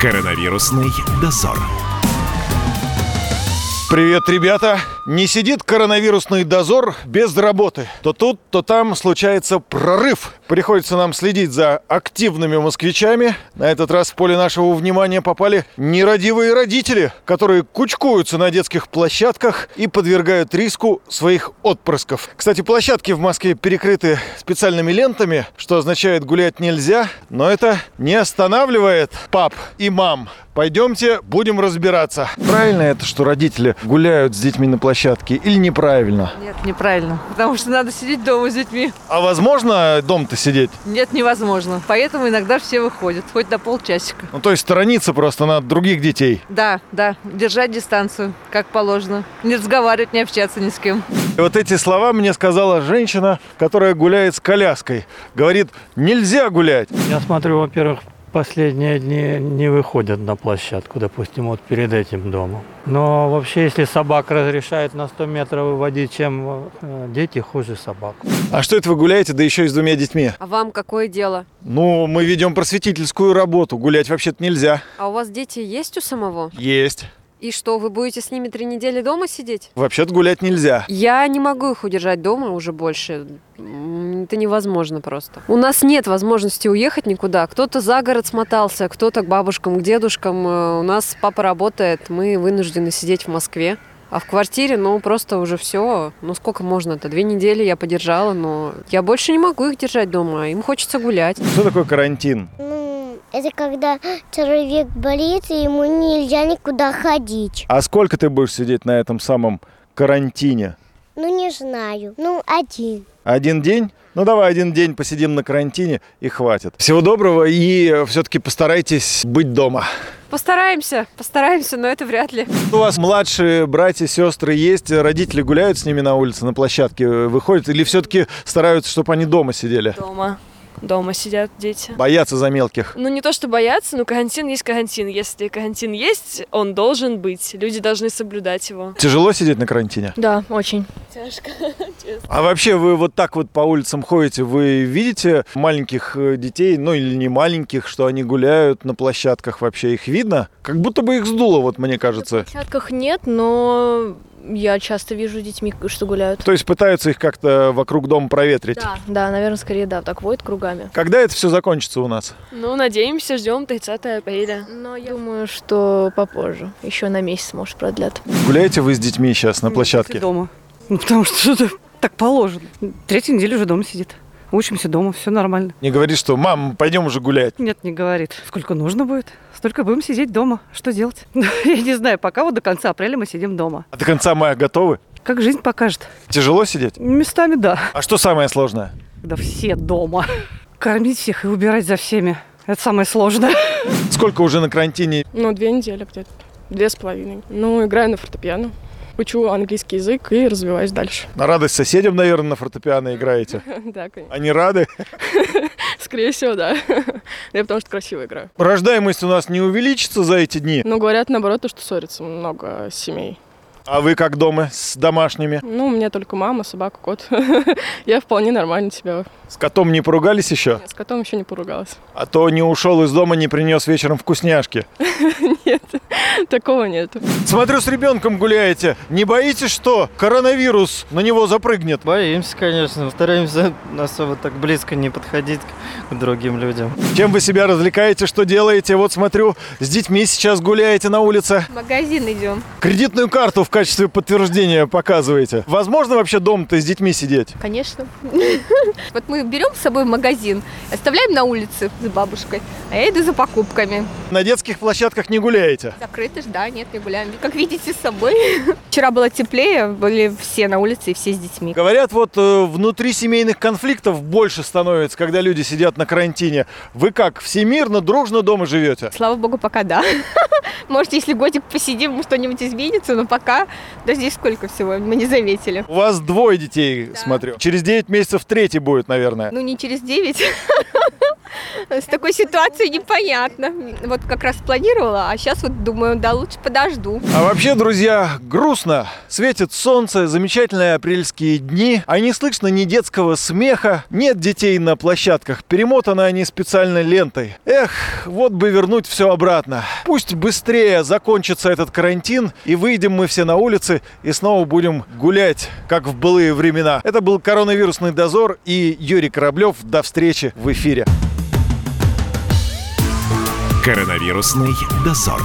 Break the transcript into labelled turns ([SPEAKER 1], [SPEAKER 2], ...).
[SPEAKER 1] Коронавирусный дозор.
[SPEAKER 2] Привет, ребята! Не сидит коронавирусный дозор без работы. То тут, то там случается прорыв. Приходится нам следить за активными москвичами. На этот раз в поле нашего внимания попали нерадивые родители, которые кучкуются на детских площадках и подвергают риску своих отпрысков. Кстати, площадки в Москве перекрыты специальными лентами, что означает гулять нельзя, но это не останавливает пап и мам. Пойдемте, будем разбираться. Правильно это, что родители гуляют с детьми на площадке или неправильно?
[SPEAKER 3] Нет, неправильно. Потому что надо сидеть дома с детьми.
[SPEAKER 2] А возможно дом-то сидеть?
[SPEAKER 3] Нет, невозможно. Поэтому иногда все выходят, хоть на полчасика.
[SPEAKER 2] Ну, то есть сторониться просто надо других детей.
[SPEAKER 3] Да, да, держать дистанцию, как положено. Не разговаривать, не общаться ни с кем.
[SPEAKER 2] И вот эти слова мне сказала женщина, которая гуляет с коляской. Говорит, нельзя гулять.
[SPEAKER 4] Я смотрю, во-первых, последние дни не выходят на площадку, допустим, вот перед этим домом. Но вообще, если собак разрешают на 100 метров выводить, чем э, дети хуже собак.
[SPEAKER 2] А что это вы гуляете, да еще и с двумя детьми?
[SPEAKER 5] А вам какое дело?
[SPEAKER 2] Ну, мы ведем просветительскую работу, гулять вообще-то нельзя.
[SPEAKER 5] А у вас дети есть у самого?
[SPEAKER 2] Есть.
[SPEAKER 5] И что, вы будете с ними три недели дома сидеть?
[SPEAKER 2] Вообще-то гулять нельзя.
[SPEAKER 5] Я не могу их удержать дома уже больше. М, Это невозможно просто. У нас нет возможности уехать никуда. Кто-то за город смотался, кто-то к бабушкам, к дедушкам. Э, У нас папа работает, мы вынуждены сидеть в Москве. А в квартире, ну, просто уже все. Ну, сколько можно-то? Две недели я подержала, но я больше не могу их держать дома. Им хочется гулять.
[SPEAKER 2] Что такое карантин?
[SPEAKER 6] Ну, это когда человек болит, и ему нельзя никуда ходить.
[SPEAKER 2] А сколько ты будешь сидеть на этом самом карантине?
[SPEAKER 6] Ну, не знаю. Ну, один.
[SPEAKER 2] Один день? Ну давай один день посидим на карантине и хватит. Всего доброго и все-таки постарайтесь быть дома.
[SPEAKER 5] Постараемся, постараемся, но это вряд ли.
[SPEAKER 2] У вас младшие братья, сестры есть, родители гуляют с ними на улице, на площадке выходят или все-таки стараются, чтобы они дома сидели?
[SPEAKER 7] Дома. Дома сидят дети.
[SPEAKER 2] Боятся за мелких.
[SPEAKER 7] Ну, не то что боятся, но карантин есть карантин. Если карантин есть, он должен быть. Люди должны соблюдать его.
[SPEAKER 2] Тяжело сидеть на карантине?
[SPEAKER 8] Да, очень.
[SPEAKER 2] А вообще вы вот так вот по улицам ходите, вы видите маленьких э, детей, ну или не маленьких, что они гуляют на площадках вообще, их видно? Как будто бы их сдуло, вот мне кажется.
[SPEAKER 8] В площадках нет, но я часто вижу с детьми, что гуляют.
[SPEAKER 2] То есть пытаются их как-то вокруг дома проветрить.
[SPEAKER 8] Да, да, наверное, скорее, да, так водят кругами.
[SPEAKER 2] Когда это все закончится у нас?
[SPEAKER 7] Ну, надеемся, ждем 30 апреля.
[SPEAKER 8] Но я думаю, что попозже. Еще на месяц, может, продлят.
[SPEAKER 2] Гуляете вы с детьми сейчас на площадке?
[SPEAKER 9] дома. Ну, потому что это так положено. Третью неделю уже дома сидит. Учимся дома, все нормально.
[SPEAKER 2] Не говори, что мам, пойдем уже гулять.
[SPEAKER 9] Нет, не говорит. Сколько нужно будет, столько будем сидеть дома. Что делать? Я не знаю, пока вот до конца апреля мы сидим дома.
[SPEAKER 2] А до конца мая готовы?
[SPEAKER 9] Как жизнь покажет.
[SPEAKER 2] Тяжело сидеть?
[SPEAKER 9] Местами да,
[SPEAKER 2] А что самое сложное?
[SPEAKER 9] когда все дома. Кормить всех и убирать за всеми. Это самое сложное.
[SPEAKER 2] Сколько уже на карантине?
[SPEAKER 10] Ну, две недели где-то. Две с половиной. Ну, играю на фортепиано. Учу английский язык и развиваюсь дальше.
[SPEAKER 2] На радость соседям, наверное, на фортепиано играете.
[SPEAKER 10] Да, конечно.
[SPEAKER 2] Они рады.
[SPEAKER 10] Скорее всего, да. Я потому что красиво играю.
[SPEAKER 2] Рождаемость у нас не увеличится за эти дни.
[SPEAKER 10] Но Ну, говорят, наоборот, то, что ссорится много семей.
[SPEAKER 2] А вы как дома с домашними?
[SPEAKER 10] Ну, у меня только мама, собака, кот. Я вполне нормально себя.
[SPEAKER 2] С котом не поругались еще?
[SPEAKER 10] С котом еще не поругалась.
[SPEAKER 2] А то не ушел из дома, не принес вечером вкусняшки.
[SPEAKER 10] Нет, такого нету.
[SPEAKER 2] Смотрю, с ребенком гуляете. Не боитесь, что коронавирус на него запрыгнет?
[SPEAKER 11] Боимся, конечно. Стараемся особо так близко не подходить к другим людям.
[SPEAKER 2] Чем вы себя развлекаете, что делаете? Вот смотрю, с детьми сейчас гуляете на улице.
[SPEAKER 3] В магазин идем.
[SPEAKER 2] Кредитную карту в качестве подтверждения показываете. Возможно вообще дом-то с детьми сидеть?
[SPEAKER 8] Конечно.
[SPEAKER 3] Вот мы берем с собой в магазин, оставляем на улице с бабушкой, а я иду за покупками.
[SPEAKER 2] На детских площадках не гуляете.
[SPEAKER 3] Закрыто ж, да, нет, не гуляем. Как видите, с собой. Вчера было теплее, были все на улице и все с детьми.
[SPEAKER 2] Говорят, вот э, внутри семейных конфликтов больше становится, когда люди сидят на карантине. Вы как, всемирно, дружно дома живете?
[SPEAKER 3] Слава богу, пока да. Может, если годик посидим, что-нибудь изменится, но пока да? Да здесь сколько всего, мы не заметили.
[SPEAKER 2] У вас двое детей, смотрю. Через 9 месяцев третий будет, наверное.
[SPEAKER 3] Ну, не через 9. С такой ситуацией непонятно. Вот как раз планировала, а сейчас вот думаю, да лучше подожду.
[SPEAKER 2] А вообще, друзья, грустно. Светит солнце, замечательные апрельские дни, а не слышно ни детского смеха, нет детей на площадках, перемотаны они специальной лентой. Эх, вот бы вернуть все обратно. Пусть быстрее закончится этот карантин, и выйдем мы все на улицы, и снова будем гулять, как в былые времена. Это был «Коронавирусный дозор» и Юрий Кораблев. До встречи в эфире.
[SPEAKER 1] Коронавирусный дозор.